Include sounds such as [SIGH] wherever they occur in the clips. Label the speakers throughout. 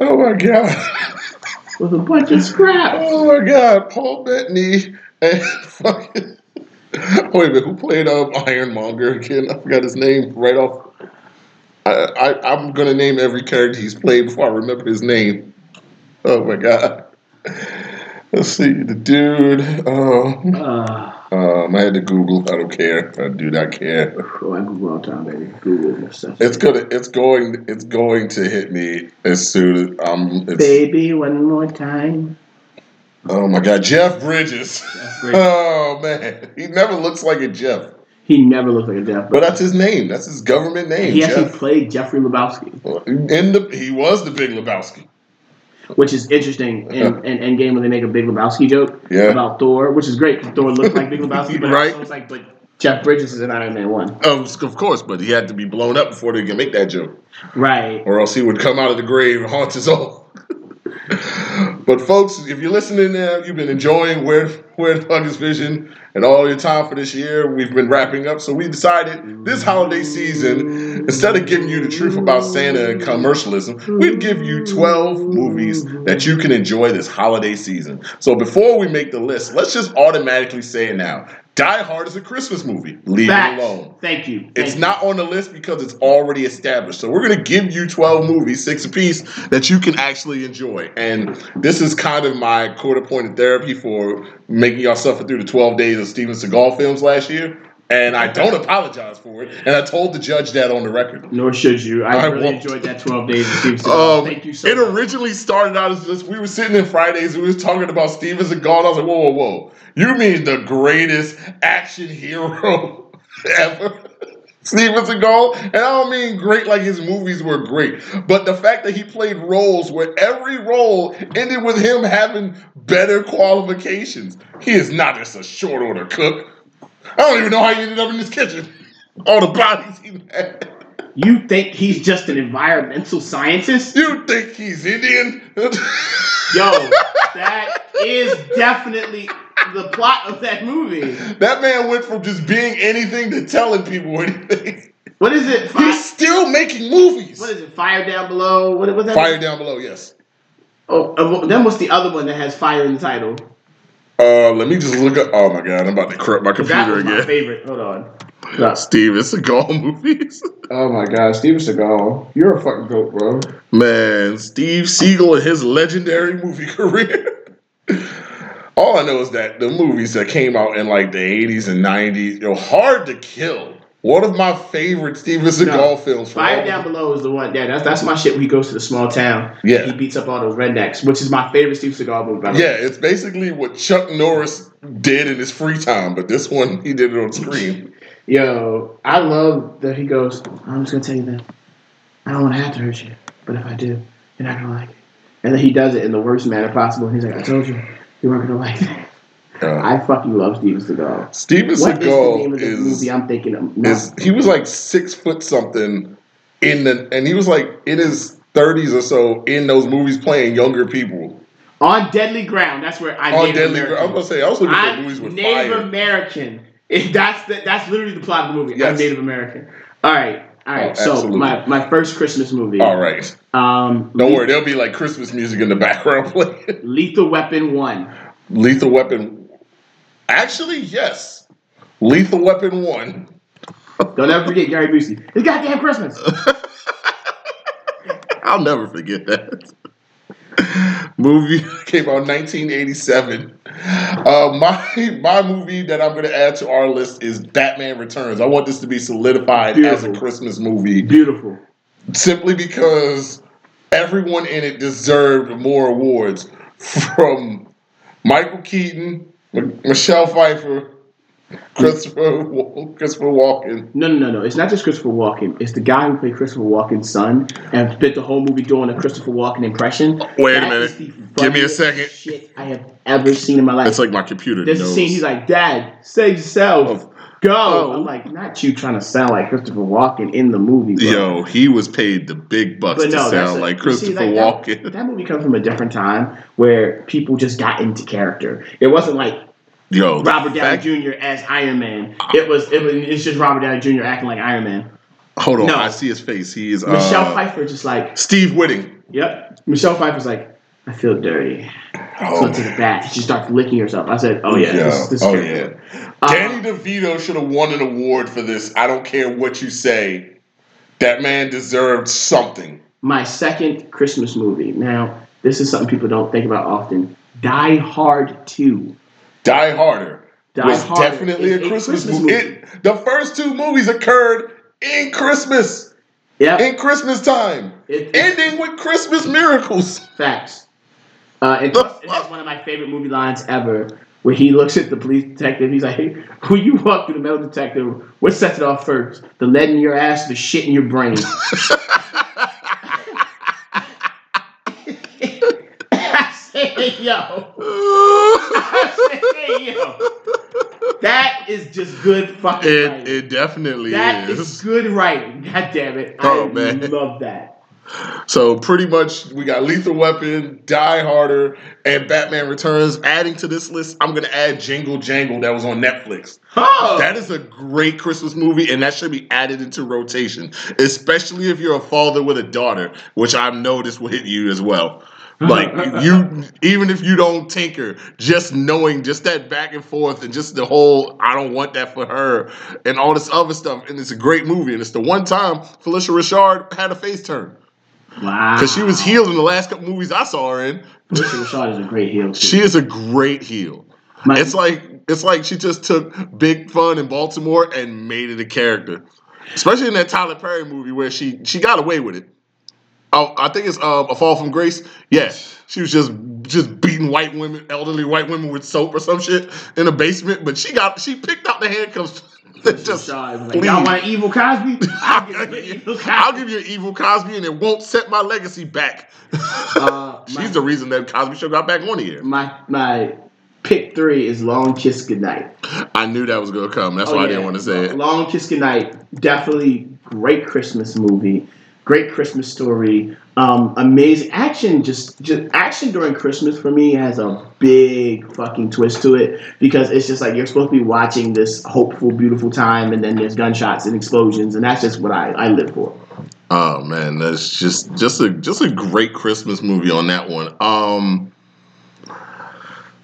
Speaker 1: Oh my god.
Speaker 2: with a bunch of scraps.
Speaker 1: Oh my god. Paul Bettany and fucking. Wait a minute. Who played um, Ironmonger again? I forgot his name right off. I, I, I'm going to name every character he's played before I remember his name. Oh my god. Let's see. The dude. Um,
Speaker 2: Uh,
Speaker 1: um, I had to Google. I don't care. I do not care.
Speaker 2: oh, I Google all the time, baby. Google necessity.
Speaker 1: It's gonna. It's going. It's going to hit me as soon as um. It's,
Speaker 2: Baby, one more time.
Speaker 1: oh my God, Jeff Bridges. [LAUGHS]
Speaker 2: Jeff Bridges.
Speaker 1: Oh man, he never looks like a Jeff,
Speaker 2: He never looked like a Jeff,
Speaker 1: but
Speaker 2: but
Speaker 1: that's his name. That's his government name,
Speaker 2: he actually
Speaker 1: Jeff.
Speaker 2: played Jeffrey Lebowski,
Speaker 1: In the he was the Big Lebowski.
Speaker 2: which is interesting in, in Endgame when they make a Big Lebowski joke
Speaker 1: Yeah.
Speaker 2: about Thor, which is great because Thor looked like Big Lebowski, but
Speaker 1: Right.
Speaker 2: also it's like, but Jeff Bridges is in Iron Man 1.
Speaker 1: Um, of course, but he had to be blown up before they could make that joke.
Speaker 2: Right.
Speaker 1: or else he would come out of the grave and haunt us all. [LAUGHS] but folks, if you're listening now, you've been enjoying where where the Hungers Vision and all your time for this year. We've been wrapping up, so we decided this holiday season, instead of giving you the truth about Santa and commercialism, we'd give you 12 movies that you can enjoy this holiday season. So before we make the list, let's just automatically say it now. Die Hard is a Christmas movie. Leave
Speaker 2: Facts.
Speaker 1: it alone.
Speaker 2: Thank you. Thank
Speaker 1: It's
Speaker 2: you.
Speaker 1: not on the list because it's already established. So we're going to give you 12 movies, six apiece, that you can actually enjoy. And this is kind of my quarter point of therapy for making y'all suffer through the 12 days of Steven Seagal films last year. And I don't apologize for it. And I told the judge that on the record.
Speaker 2: Nor should you. I,
Speaker 1: I
Speaker 2: really
Speaker 1: won't.
Speaker 2: enjoyed that 12 days of Steven
Speaker 1: [LAUGHS]
Speaker 2: Seagal.
Speaker 1: Um,
Speaker 2: Thank you so
Speaker 1: it
Speaker 2: much.
Speaker 1: originally started out as just we were sitting in Fridays and we was talking about Steven Seagal. And I was like, whoa, whoa, whoa! You mean the greatest action hero [LAUGHS] ever? Steven Seagal, and I don't mean great like his movies were great, but the fact that he played roles where every role ended with him having better qualifications. He is not just a short order cook. I don't even know how he ended up in this kitchen. All the bodies he had.
Speaker 2: You think he's just an environmental scientist?
Speaker 1: You think he's Indian? [LAUGHS]
Speaker 2: Yo, that is definitely the plot of that movie.
Speaker 1: That man went from just being anything to telling people anything.
Speaker 2: What is it?
Speaker 1: [LAUGHS]
Speaker 2: Fi-
Speaker 1: He's still making movies.
Speaker 2: what is it? Fire down below. What was that?
Speaker 1: Fire down below, yes.
Speaker 2: Oh, uh, well, then what's the other one that has fire in the title?
Speaker 1: Uh, let me just look up. Oh my god, I'm about to corrupt my
Speaker 2: That
Speaker 1: computer
Speaker 2: was my
Speaker 1: again.
Speaker 2: favorite. Hold on. No.
Speaker 1: Steven Seagal [LAUGHS] movies.
Speaker 2: Oh my God, Steven Seagal, you're a fucking goat, bro.
Speaker 1: Man, Steve Seagal and his legendary movie [LAUGHS] career. All I know is that the movies that came out in like the 80s and 90s, you know, Hard to Kill. One of my favorite Steven Seagal films. from
Speaker 2: Fire
Speaker 1: all-
Speaker 2: Down Below is the one. Yeah, that's that's my shit. Where he goes to the small town.
Speaker 1: Yeah.
Speaker 2: He beats up all those rednecks, which is my favorite Steven Seagal movie. By the way.
Speaker 1: Yeah, it's basically what Chuck Norris did in his free time, but this one he did it on screen.
Speaker 2: Yo, I love that he goes, I'm just gonna tell you that. I don't wanna have to hurt you, but if I do, you're not gonna like it. And then he does it in the worst manner possible. And he's like, I told you, you weren't gonna like it. [LAUGHS]
Speaker 1: Uh,
Speaker 2: I fucking love Steven Seagal.
Speaker 1: Steven
Speaker 2: What is the name
Speaker 1: Seagal
Speaker 2: of the
Speaker 1: is,
Speaker 2: movie I'm thinking of? No.
Speaker 1: is he was like six foot something in the and he was like in his thirties or so in those movies playing younger people.
Speaker 2: On Deadly Ground, that's where I
Speaker 1: On
Speaker 2: Native
Speaker 1: Deadly Girl.
Speaker 2: American.
Speaker 1: I was gonna say I was looking for movies with
Speaker 2: I'm Native
Speaker 1: fire.
Speaker 2: American. If that's the, that's literally the plot of the movie. I'm
Speaker 1: Yes.
Speaker 2: Native American. All right, all right.
Speaker 1: Oh,
Speaker 2: so
Speaker 1: absolutely.
Speaker 2: my, my first Christmas movie.
Speaker 1: All right.
Speaker 2: Um,
Speaker 1: Don't
Speaker 2: Le-
Speaker 1: worry, there'll be like Christmas music in the [LAUGHS] background playing.
Speaker 2: Lethal Weapon One.
Speaker 1: Lethal Weapon Actually, yes. Lethal Weapon One.
Speaker 2: Don't ever forget Gary Busey. It's goddamn
Speaker 1: [LAUGHS]
Speaker 2: Christmas.
Speaker 1: I'll never forget that. movie [LAUGHS] came out 1987. Uh, my my movie that I'm going to add to our list is Batman Returns. I want this to be solidified as
Speaker 2: Beautiful.
Speaker 1: a Christmas movie
Speaker 2: Beautiful.
Speaker 1: simply because everyone in it deserved more awards from Michael Keaton, M- Michelle Pfeiffer, Christopher Wa- Christopher Walken.
Speaker 2: No, no, no, no. It's not just Christopher Walken. It's the guy who played Christopher Walken's son and spent the whole movie doing a Christopher Walken impression.
Speaker 1: Wait a
Speaker 2: That
Speaker 1: minute.
Speaker 2: is the
Speaker 1: Give me a
Speaker 2: funniest
Speaker 1: second.
Speaker 2: Shit I have ever seen in my life.
Speaker 1: It's like my computer.
Speaker 2: There's a
Speaker 1: knows.
Speaker 2: scene. He's like, "Dad, save yourself, go."
Speaker 1: Oh.
Speaker 2: I'm like, "Not you trying to sound like Christopher Walken in the movie." Bro.
Speaker 1: Yo, he was paid the big bucks
Speaker 2: But
Speaker 1: to
Speaker 2: no, that's
Speaker 1: sound
Speaker 2: a-
Speaker 1: like
Speaker 2: you see,
Speaker 1: Christopher
Speaker 2: like,
Speaker 1: Walken.
Speaker 2: That, that movie comes from a different time where people just got into character. It wasn't like
Speaker 1: [LAUGHS] Yo, the
Speaker 2: Robert Downey
Speaker 1: fact-
Speaker 2: Jr. as Iron Man. It was it was it's just Robert Downey Jr. acting like Iron Man.
Speaker 1: Hold on,
Speaker 2: No.
Speaker 1: I see his face. He is uh,
Speaker 2: Michelle Pfeiffer just like
Speaker 1: Steve Whitting.
Speaker 2: Yep. Michelle Pfeiffer's like, I feel dirty. So
Speaker 1: Oh,
Speaker 2: to the back, she starts licking herself. I said, Oh yeah, this, this is
Speaker 1: oh
Speaker 2: good.
Speaker 1: yeah.
Speaker 2: Uh,
Speaker 1: Danny DeVito should have won an award for this. I don't care what you say. That man deserved something.
Speaker 2: my second Christmas movie. Now, this is something people don't think about often. Die Hard Two.
Speaker 1: Die Harder
Speaker 2: Die
Speaker 1: was
Speaker 2: Harder
Speaker 1: definitely
Speaker 2: is
Speaker 1: a Christmas, movie. It, the first two movies occurred in Christmas,
Speaker 2: Yep.
Speaker 1: in Christmas time,
Speaker 2: It,
Speaker 1: ending with Christmas
Speaker 2: [LAUGHS]
Speaker 1: miracles. [LAUGHS]
Speaker 2: Facts. Uh, and
Speaker 1: The
Speaker 2: it
Speaker 1: fuck?
Speaker 2: has one of my favorite movie lines ever, where he looks at the police detective. He's like, [LAUGHS] "When you walk through the metal detector, what sets it off first? The lead in your ass, or the shit in
Speaker 1: [LAUGHS]
Speaker 2: your brain." [LAUGHS] I said, "Yo, [LAUGHS] I said, yo, that is just good fucking
Speaker 1: It,
Speaker 2: writing.
Speaker 1: it definitely
Speaker 2: That is
Speaker 1: is.
Speaker 2: good writing. God damn it!
Speaker 1: Oh,
Speaker 2: I
Speaker 1: man.
Speaker 2: love that.
Speaker 1: So pretty much we got Lethal Weapon, Die Harder, and Batman Returns. Adding to this list, I'm gonna add Jingle Jangle that was on Netflix.
Speaker 2: Oh,
Speaker 1: That is a great Christmas movie, and that should be added into rotation, especially if you're a father with a daughter, which I've noticed will hit you as well. Like you, even if you don't tinker, just knowing just that back and forth and just the whole "I don't want that for her" and all this other stuff, and it's a great movie. And it's the one time Felicia Richard had a face turn
Speaker 2: wow!
Speaker 1: because she was healed in the last couple movies I saw her in.
Speaker 2: Richard Rashad is a great heel. too.
Speaker 1: She is a great heel.
Speaker 2: My-
Speaker 1: It's like it's like she just took big fun in Baltimore and made it a character, especially in that Tyler Perry movie where she she got away with it. Oh, I think it's uh, a fall from grace. Yeah, she was just just beating white women, elderly white women with soap or some shit in a basement. But she got she picked out the handcuffs. [LAUGHS] that just
Speaker 2: Rashad is like, y'all
Speaker 1: leave.
Speaker 2: want an
Speaker 1: [LAUGHS]
Speaker 2: evil Cosby? I'll give [LAUGHS] you an evil
Speaker 1: I'll
Speaker 2: Cosby.
Speaker 1: give you an evil Cosby, and it won't set my legacy back.
Speaker 2: Uh, my-
Speaker 1: [LAUGHS] She's the reason that Cosby Show got back on here.
Speaker 2: my my pick three is Long Kiss Goodnight.
Speaker 1: I knew that was gonna come. That's
Speaker 2: Oh,
Speaker 1: why I
Speaker 2: yeah.
Speaker 1: didn't want to say it.
Speaker 2: Long Kiss Goodnight, definitely great Christmas movie, great Christmas story, um, amazing action. Just just action during Christmas for me has a big fucking twist to it because it's just like you're supposed to be watching this hopeful, beautiful time, and then there's gunshots and explosions, and that's just what I, I live for.
Speaker 1: Oh man, that's just just a just a great Christmas movie on that one. Um,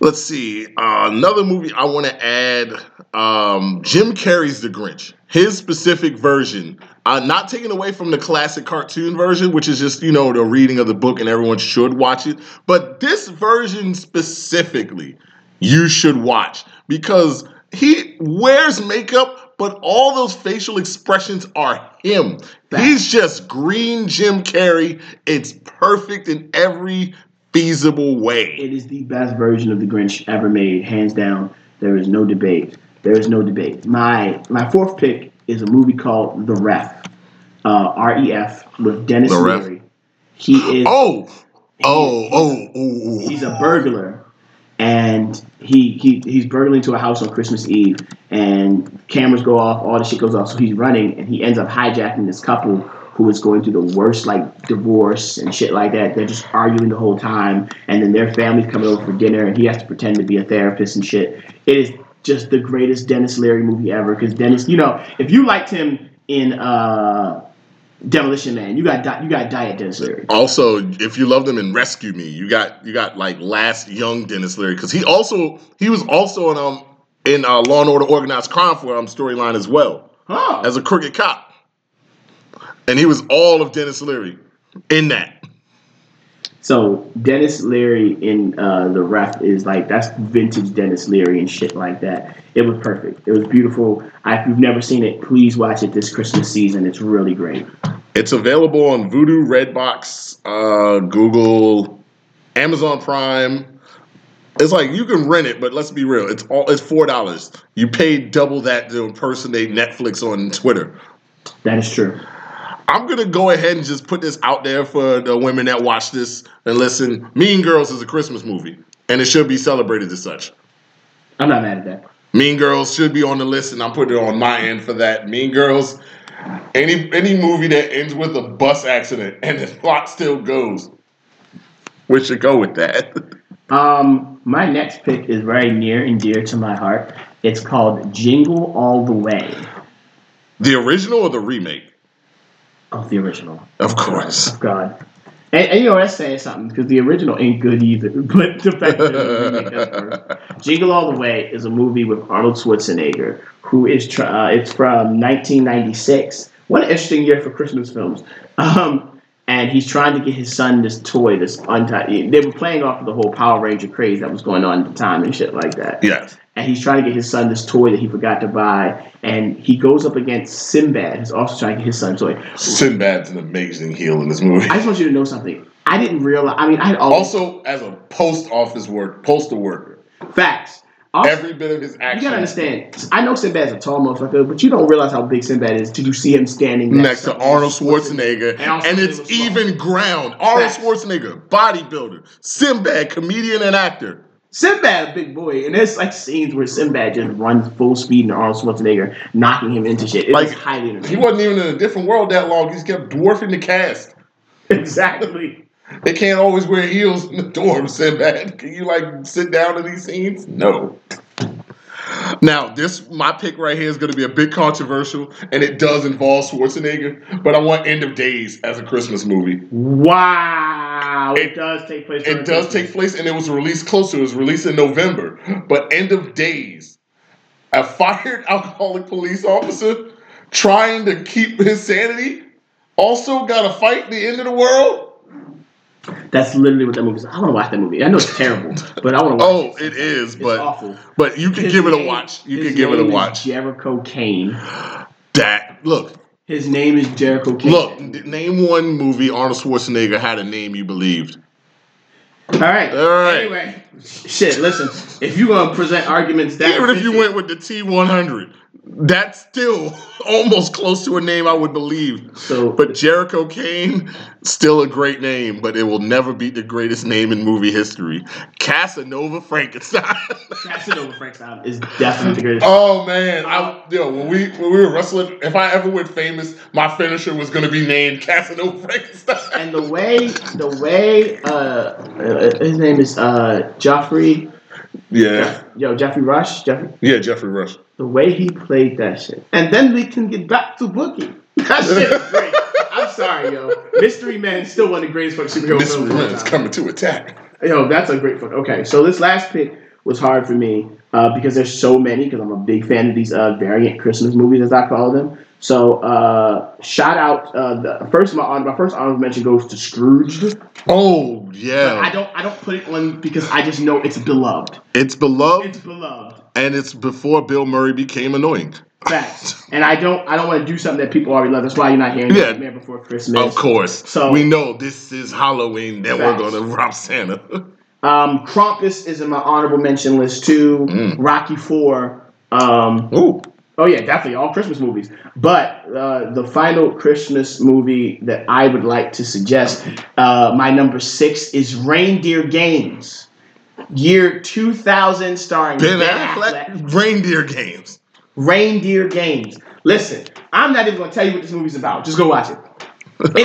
Speaker 1: let's see, uh, another movie I want to add. Um, Jim Carrey's The Grinch, his specific version. Uh, not taken away from the classic cartoon version, which is just you know the reading of the book and everyone should watch it. But this version specifically, you should watch because he wears makeup, but all those facial expressions are him. He's just green Jim Carrey. It's perfect in every feasible way.
Speaker 2: It is the best version of the Grinch ever made, hands down. There is no debate. There is no debate. My my fourth pick is a movie called The Ref, uh, R E F, with Dennis
Speaker 1: The Ref.
Speaker 2: Leary. He is
Speaker 1: Oh, oh, oh, oh,
Speaker 2: he's
Speaker 1: oh.
Speaker 2: a burglar, and he he he's burgling into a house on Christmas Eve, and cameras go off, all the shit goes off, so he's running, and he ends up hijacking this couple who is going through the worst like divorce and shit like that. They're just arguing the whole time, and then their family's coming over for dinner, and he has to pretend to be a therapist and shit. It is just the greatest Dennis Leary movie ever, because Dennis, you know, if you liked him in uh, Demolition Man, you got di- you got Diet Dennis Leary.
Speaker 1: Also, if you loved him in Rescue Me, you got you got like last young Dennis Leary because he also he was also in um in uh, Law and Order Organized Crime for um storyline as well
Speaker 2: Huh.
Speaker 1: as a crooked cop, and he was all of Dennis Leary in that.
Speaker 2: So Dennis Leary in uh, the ref is like that's vintage Dennis Leary and shit like that. It was perfect. It was beautiful. I, if you've never seen it, please watch it this Christmas season. It's really great.
Speaker 1: It's available on Vudu, Redbox, uh, Google, Amazon Prime. It's like you can rent it, but let's be real. It's all it's four dollars. You pay double that to impersonate Netflix on Twitter.
Speaker 2: That is true.
Speaker 1: I'm gonna go ahead and just put this out there for the women that watch this and listen. Mean Girls is a Christmas movie, and it should be celebrated as such.
Speaker 2: I'm not mad at that.
Speaker 1: Mean Girls should be on the list, and I'm putting it on my end for that. Mean Girls, any any movie that ends with a bus accident and the plot still goes, we should go with that. [LAUGHS]
Speaker 2: Um, my next pick is very near and dear to my heart. It's called Jingle All the Way.
Speaker 1: The original or the remake,
Speaker 2: Oh, the original.
Speaker 1: of course.
Speaker 2: God. And, and, you know that's saying something because the original ain't good either. [LAUGHS] But the fact that the remake that's worse. Jingle All the Way is a movie with Arnold Schwarzenegger, who is tr- uh, it's from 1996. What an interesting year for Christmas films. Um, and he's trying to get his son this toy, this untied. They were playing off of the whole Power Ranger craze that was going on at the time and shit like that.
Speaker 1: yes.
Speaker 2: And he's trying to get his son this toy that he forgot to buy. And he goes up against Sinbad, who's also trying to get his son a toy.
Speaker 1: Sinbad's an amazing heel in this movie. [LAUGHS]
Speaker 2: I just want you to know something. I didn't realize. I mean, I had all
Speaker 1: Also, as a post office work, postal worker,
Speaker 2: facts. Also,
Speaker 1: every bit of his action.
Speaker 2: you gotta understand. I know Sinbad's a tall motherfucker, but you don't realize how big Sinbad is till you see him standing
Speaker 1: Next to Arnold Schwarzenegger,
Speaker 2: And Arnold
Speaker 1: and it's
Speaker 2: Schwarzenegger was
Speaker 1: even ground. Arnold
Speaker 2: Facts.
Speaker 1: Schwarzenegger, bodybuilder, Sinbad, comedian and actor.
Speaker 2: Sinbad, a big boy, and there's like scenes where Sinbad just runs full speed into Arnold Schwarzenegger, knocking him into shit. It's
Speaker 1: Like-
Speaker 2: like,
Speaker 1: He
Speaker 2: highly entertaining. [LAUGHS]
Speaker 1: wasn't even in a different world that long. He just kept dwarfing the cast.
Speaker 2: exactly.
Speaker 1: They can't always wear heels in the dorm, [LAUGHS] Sinbad. Can you like sit down in these scenes? No. Now, this my pick right here is gonna be a bit controversial, and it does involve Schwarzenegger, but I want End of Days as a Christmas movie.
Speaker 2: Wow, it,
Speaker 1: It-
Speaker 2: does take place. during
Speaker 1: It does
Speaker 2: Christmas.
Speaker 1: take place and it was released closer. It was released in November. But end of days, a fired [LAUGHS] alcoholic police officer trying to keep his sanity also got to fight the end of the world.
Speaker 2: That's literally what that movie is. I want to watch that movie. I know
Speaker 1: [LAUGHS]
Speaker 2: it's terrible, but I want to. watch
Speaker 1: Oh, it is,
Speaker 2: It's
Speaker 1: but
Speaker 2: awful.
Speaker 1: but you can
Speaker 2: His
Speaker 1: give it a
Speaker 2: name-
Speaker 1: watch. You
Speaker 2: his
Speaker 1: can give it a
Speaker 2: name is
Speaker 1: watch.
Speaker 2: Jericho Kane.
Speaker 1: That look,
Speaker 2: His name is Jericho Kane.
Speaker 1: look. n- Name one movie Arnold Schwarzenegger had a name you believed.
Speaker 2: All right.
Speaker 1: All right.
Speaker 2: Anyway, shit. Listen, if you gonna present arguments that
Speaker 1: Even if you
Speaker 2: efficient-
Speaker 1: went with the T100, that's still [LAUGHS] almost close to a name I would believe.
Speaker 2: so
Speaker 1: But Jericho Kane, still a great name, but it will never beat the greatest name in movie history Casanova Frankenstein. [LAUGHS]
Speaker 2: Casanova Frankenstein is definitely the greatest.
Speaker 1: oh man, I, yo, when we when we were wrestling, if I ever went famous, my finisher was gonna be named Casanova Frankenstein.
Speaker 2: And the way, the way, uh, uh, his name is uh Joffrey,
Speaker 1: [LAUGHS] Yeah,
Speaker 2: yo Jeffrey Rush, Jeffrey.
Speaker 1: yeah, Jeffrey Rush.
Speaker 2: The way he played that shit, and then we can get back to Bookie. That shit is great. I'm sorry, yo. Mystery Man is still one of the greatest fucking superhero
Speaker 1: This
Speaker 2: films. of all
Speaker 1: man's
Speaker 2: time.
Speaker 1: coming to attack.
Speaker 2: Yo, that's a great fuck. Okay, so this last pick was hard for me uh, because there's so many. Because I'm a big fan of these uh, variant Christmas movies, as I call them. So uh, shout out uh, the first my my first honorable mention goes to Scrooge.
Speaker 1: Oh
Speaker 2: I
Speaker 1: yeah,
Speaker 2: don't I don't put it on because I just know it's beloved.
Speaker 1: it's beloved
Speaker 2: It's beloved.
Speaker 1: and it's before Bill Murray became annoying.
Speaker 2: Facts. And I don't I don't want to do something that people already love. That's why you're not hearing
Speaker 1: Yeah.
Speaker 2: yeah. Man Before Christmas.
Speaker 1: Of course,
Speaker 2: So-
Speaker 1: we know this is Halloween. Then we're
Speaker 2: Facts.
Speaker 1: gonna rob Santa. [LAUGHS]
Speaker 2: Um, Krampus is in my honorable mention list too.
Speaker 1: Mm.
Speaker 2: Rocky Four. Um,
Speaker 1: Ooh.
Speaker 2: Oh yeah, definitely all Christmas movies. But uh, the final Christmas movie that I would like to suggest, uh, my number six is Reindeer Games, year two thousand, starring
Speaker 1: Ben
Speaker 2: Ben,
Speaker 1: Affleck,
Speaker 2: Affleck.
Speaker 1: reindeer games.
Speaker 2: Reindeer Games. Listen, I'm not even gonna tell you what this movie's about. Just go watch it. It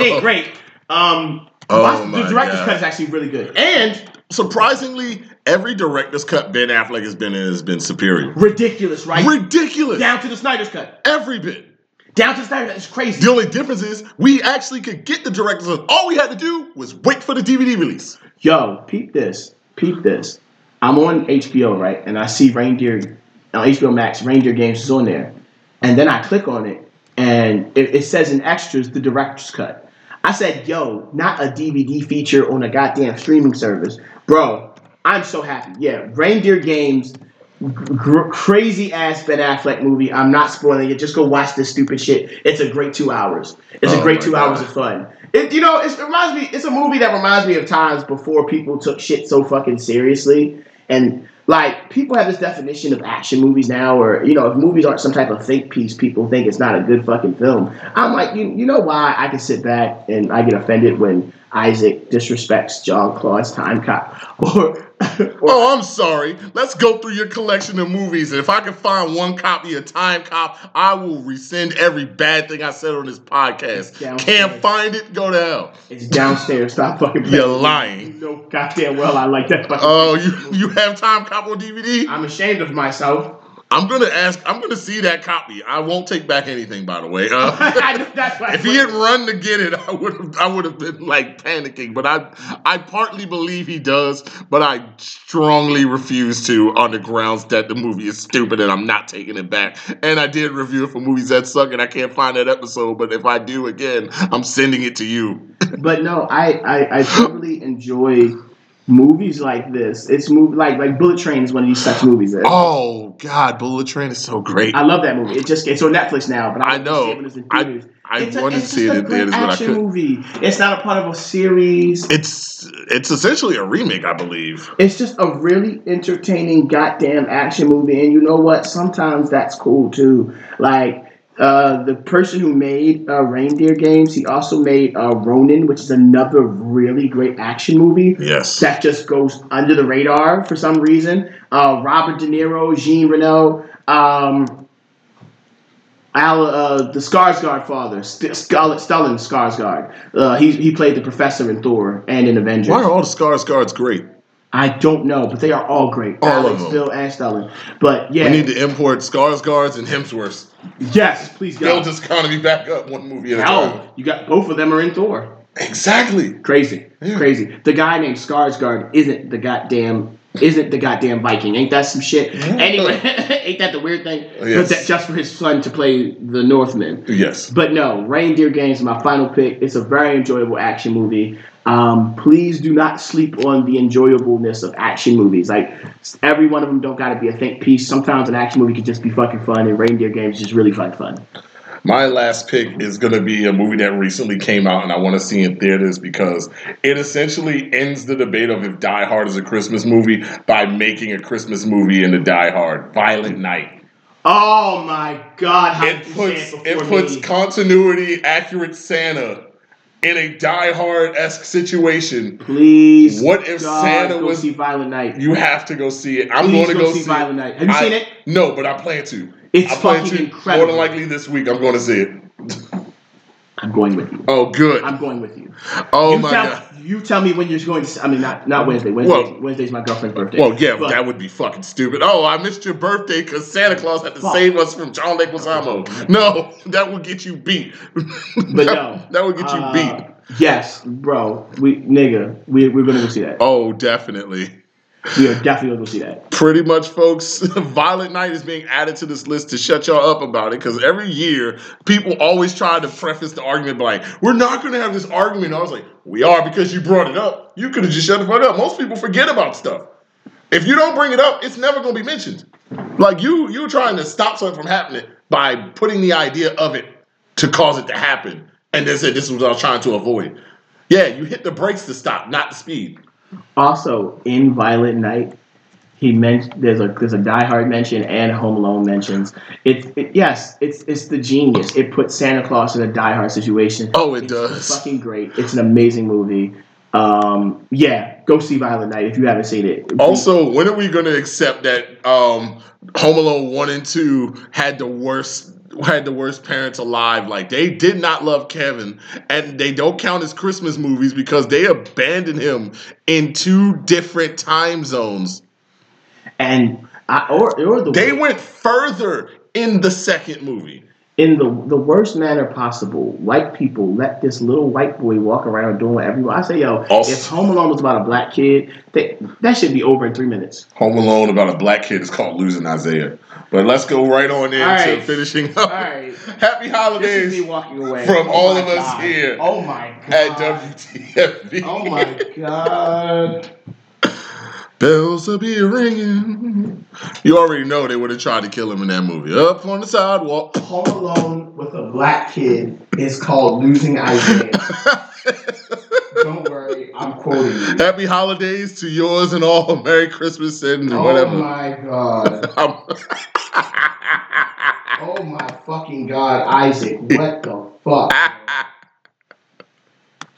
Speaker 1: [LAUGHS]
Speaker 2: ain't great. Um,
Speaker 1: Oh,
Speaker 2: watch-
Speaker 1: my
Speaker 2: the director's
Speaker 1: God.
Speaker 2: cut is actually really good and
Speaker 1: Surprisingly, every director's cut Ben Affleck has been in has been superior.
Speaker 2: ridiculous, right?
Speaker 1: Ridiculous.
Speaker 2: down to the Snyder's cut.
Speaker 1: Every bit.
Speaker 2: Down to the Snyder's cut. It's crazy.
Speaker 1: The only difference is we actually could get the director's cut. All we had to do was wait for the DVD release.
Speaker 2: yo, peep this, peep this. I'm on HBO, right? And I see Reindeer uh, on HBO Max, Reindeer Games is on there. And then I click on it, and it, it says in extras the director's cut. I said, yo, not a DVD feature on a goddamn streaming service. Bro, I'm so happy. Yeah, Reindeer Games, gr- crazy ass Ben Affleck movie. I'm not spoiling it. Just go watch this stupid shit. It's a great two hours. It's
Speaker 1: Oh
Speaker 2: a great
Speaker 1: my
Speaker 2: two
Speaker 1: God.
Speaker 2: hours of fun. It, you know, it's, it reminds me. It's a movie that reminds me of times before people took shit so fucking seriously, and like people have this definition of action movies now, or you know, if movies aren't some type of think piece, people think it's not a good fucking film. I'm like, you, you know why I can sit back and I get offended when Isaac disrespects John Claude's Time Cop, [LAUGHS] or, or
Speaker 1: Oh, I'm sorry. Let's go through your collection of movies. And if I can find one copy of Time Cop, I will rescind every bad thing I said on this podcast.
Speaker 2: Downstairs.
Speaker 1: Can't find it? Go to hell.
Speaker 2: it's downstairs. Stop fucking. playing.
Speaker 1: You're lying.
Speaker 2: No,
Speaker 1: Uh,
Speaker 2: goddamn well, I like that. Fucking
Speaker 1: Oh, you, you have Time Cop on DVD?
Speaker 2: I'm ashamed of myself. [LAUGHS]
Speaker 1: I'm gonna ask. I'm gonna see that copy. I won't take back anything, by the way.
Speaker 2: [LAUGHS]
Speaker 1: Uh,
Speaker 2: I know, that's why I
Speaker 1: if he
Speaker 2: put-
Speaker 1: had run to get it, I would have. I would have been like panicking. But I, I partly believe he does, but I strongly refuse to on the grounds that the movie is stupid and I'm not taking it back. And I did review it for movies that suck, and I can't find that episode. But if I do again, I'm sending it to you.
Speaker 2: But no, I, I,
Speaker 1: [GASPS]
Speaker 2: I totally enjoy movies like this. It's movie like like Bullet Train is one of these such movies. That,
Speaker 1: Oh God, Bullet Train is so great.
Speaker 2: I love that movie. It just it's on Netflix now, but
Speaker 1: I know.
Speaker 2: It was in
Speaker 1: I-
Speaker 2: theaters.
Speaker 1: I
Speaker 2: It's a-
Speaker 1: wanted to
Speaker 2: it's
Speaker 1: see it
Speaker 2: just a
Speaker 1: in theaters,
Speaker 2: great
Speaker 1: but I
Speaker 2: action
Speaker 1: couldn't.
Speaker 2: movie. It's not a part of a series.
Speaker 1: It's it's essentially a remake, I believe.
Speaker 2: It's just a really entertaining goddamn action movie, and you know what? Sometimes that's cool too. Like uh, the person who made uh, Reindeer Games, he also made uh, Ronin, which is another really great action movie
Speaker 1: Yes.
Speaker 2: that just goes under the radar for some reason. Uh, Robert De Niro, Jean Reno, um, Al, uh, the Skarsgård father, St- Scarlet Stellan Skarsgård. Uh, he he played the professor in Thor and in Avengers.
Speaker 1: Why are all the Scars guards great?
Speaker 2: I don't know, but they are all great.
Speaker 1: All of
Speaker 2: Alex,
Speaker 1: them.
Speaker 2: Phil, and Stellan. But yeah,
Speaker 1: We need to import Scars guards and Hemsworths.
Speaker 2: yes, please
Speaker 1: Build
Speaker 2: go.
Speaker 1: this economy back up one movie at a time.
Speaker 2: Hell, you got both of them are in Thor.
Speaker 1: Exactly.
Speaker 2: Crazy,
Speaker 1: Yeah.
Speaker 2: crazy. The guy named Skarsgård isn't the goddamn isn't the goddamn Viking. Ain't that some shit?
Speaker 1: Yeah. Oh,
Speaker 2: Anyway, [LAUGHS] ain't that the weird thing?
Speaker 1: Yes.
Speaker 2: But that just for his son to play the Northmen.
Speaker 1: Yes.
Speaker 2: But no, Reindeer Games is my final pick. It's a very enjoyable action movie. Um, please do not sleep on the enjoyableness of action movies. Like every one of them don't got to be a think piece. Sometimes an action movie could just be fucking fun, and Reindeer Games is just really fucking fun.
Speaker 1: My last pick is going to be a movie that recently came out and I want to see in theaters because it essentially ends the debate of if Die Hard is a Christmas movie by making a Christmas movie into Die Hard. Violent Night.
Speaker 2: Oh my god! How
Speaker 1: it
Speaker 2: did you
Speaker 1: puts
Speaker 2: say
Speaker 1: it
Speaker 2: before
Speaker 1: puts
Speaker 2: me?
Speaker 1: continuity accurate Santa in a Die Hard esque situation.
Speaker 2: please.
Speaker 1: What if
Speaker 2: God,
Speaker 1: Santa
Speaker 2: go
Speaker 1: was?
Speaker 2: see Violent Night?
Speaker 1: You have to go see it. I'm
Speaker 2: Please
Speaker 1: going to go, see, it.
Speaker 2: Violent Night. Have you
Speaker 1: I-
Speaker 2: seen it?
Speaker 1: No, but I plan to.
Speaker 2: It's
Speaker 1: I plan
Speaker 2: fucking
Speaker 1: to.
Speaker 2: incredible.
Speaker 1: More than likely this week, I'm going to see it.
Speaker 2: I'm going with you.
Speaker 1: Oh, good.
Speaker 2: I'm going with you.
Speaker 1: oh
Speaker 2: you
Speaker 1: my
Speaker 2: tell,
Speaker 1: god.
Speaker 2: You tell me when you're going to. I mean, not not Wednesday. Wednesday.
Speaker 1: Well-
Speaker 2: Wednesday's my girlfriend's birthday.
Speaker 1: Well, yeah,
Speaker 2: But-
Speaker 1: that would be fucking stupid. Oh, I missed your birthday because Santa Claus had to
Speaker 2: Fuck.
Speaker 1: save us from John Leguizamo. No, [LAUGHS] that would get you beat.
Speaker 2: But no,
Speaker 1: [LAUGHS] that would get you
Speaker 2: uh,
Speaker 1: beat.
Speaker 2: Yes, bro. We nigga, we we're gonna go see that.
Speaker 1: Oh, definitely.
Speaker 2: We are definitely gonna go see that.
Speaker 1: Pretty much, folks. [LAUGHS] Violent Night is being added to this list to shut y'all up about it because every year people always try to preface the argument by like, "We're not going to have this argument." I was like, "We are because you brought it up. You could have just shut the fuck up." Most people forget about stuff. If you don't bring it up, it's never going to be mentioned. Like you, you're trying to stop something from happening by putting the idea of it to cause it to happen, and then said, "This is what I was trying to avoid." Yeah, you hit the brakes to stop, not the speed.
Speaker 2: Also, in Violent Night, he mentioned there's a there's a Die Hard mention and a Home Alone mentions. It's it, yes, it's it's the genius. It puts Santa Claus in a Die Hard situation.
Speaker 1: Oh, it
Speaker 2: it's
Speaker 1: does.
Speaker 2: Fucking great. It's an amazing movie. Um, yeah, go see Violent Night if you haven't seen it.
Speaker 1: Also, when are we going to accept that um, Home Alone one and two had the worst had the worst parents alive? Like they did not love Kevin, and they don't count as Christmas movies because they abandoned him in two different time zones.
Speaker 2: and I, or or the
Speaker 1: They went further in the second movie.
Speaker 2: in the the worst manner possible, white people let this little white boy walk around doing everyone. I say, yo,
Speaker 1: Also-
Speaker 2: if Home Alone was about a black kid, that that should be over in three minutes.
Speaker 1: Home Alone about a black kid is called Losing Isaiah. But let's go right on into
Speaker 2: All right.
Speaker 1: finishing up.
Speaker 2: All right.
Speaker 1: Happy
Speaker 2: This is
Speaker 1: holidays
Speaker 2: me walking away
Speaker 1: from
Speaker 2: Oh
Speaker 1: all
Speaker 2: my
Speaker 1: of us
Speaker 2: God.
Speaker 1: here
Speaker 2: Oh my god.
Speaker 1: at WTFB.
Speaker 2: oh my god.
Speaker 1: Bells will be ringing. You already know they would have tried to kill him in that movie. Up on the sidewalk. [LAUGHS]
Speaker 2: Home Alone with a black kid is called losing Isaiah. Don't worry, I'm quoting you.
Speaker 1: Happy holidays to yours and all. Merry Christmas and
Speaker 2: Oh
Speaker 1: whatever.
Speaker 2: my god.
Speaker 1: I'm- [LAUGHS]
Speaker 2: Oh my fucking god, Isaac. What the fuck?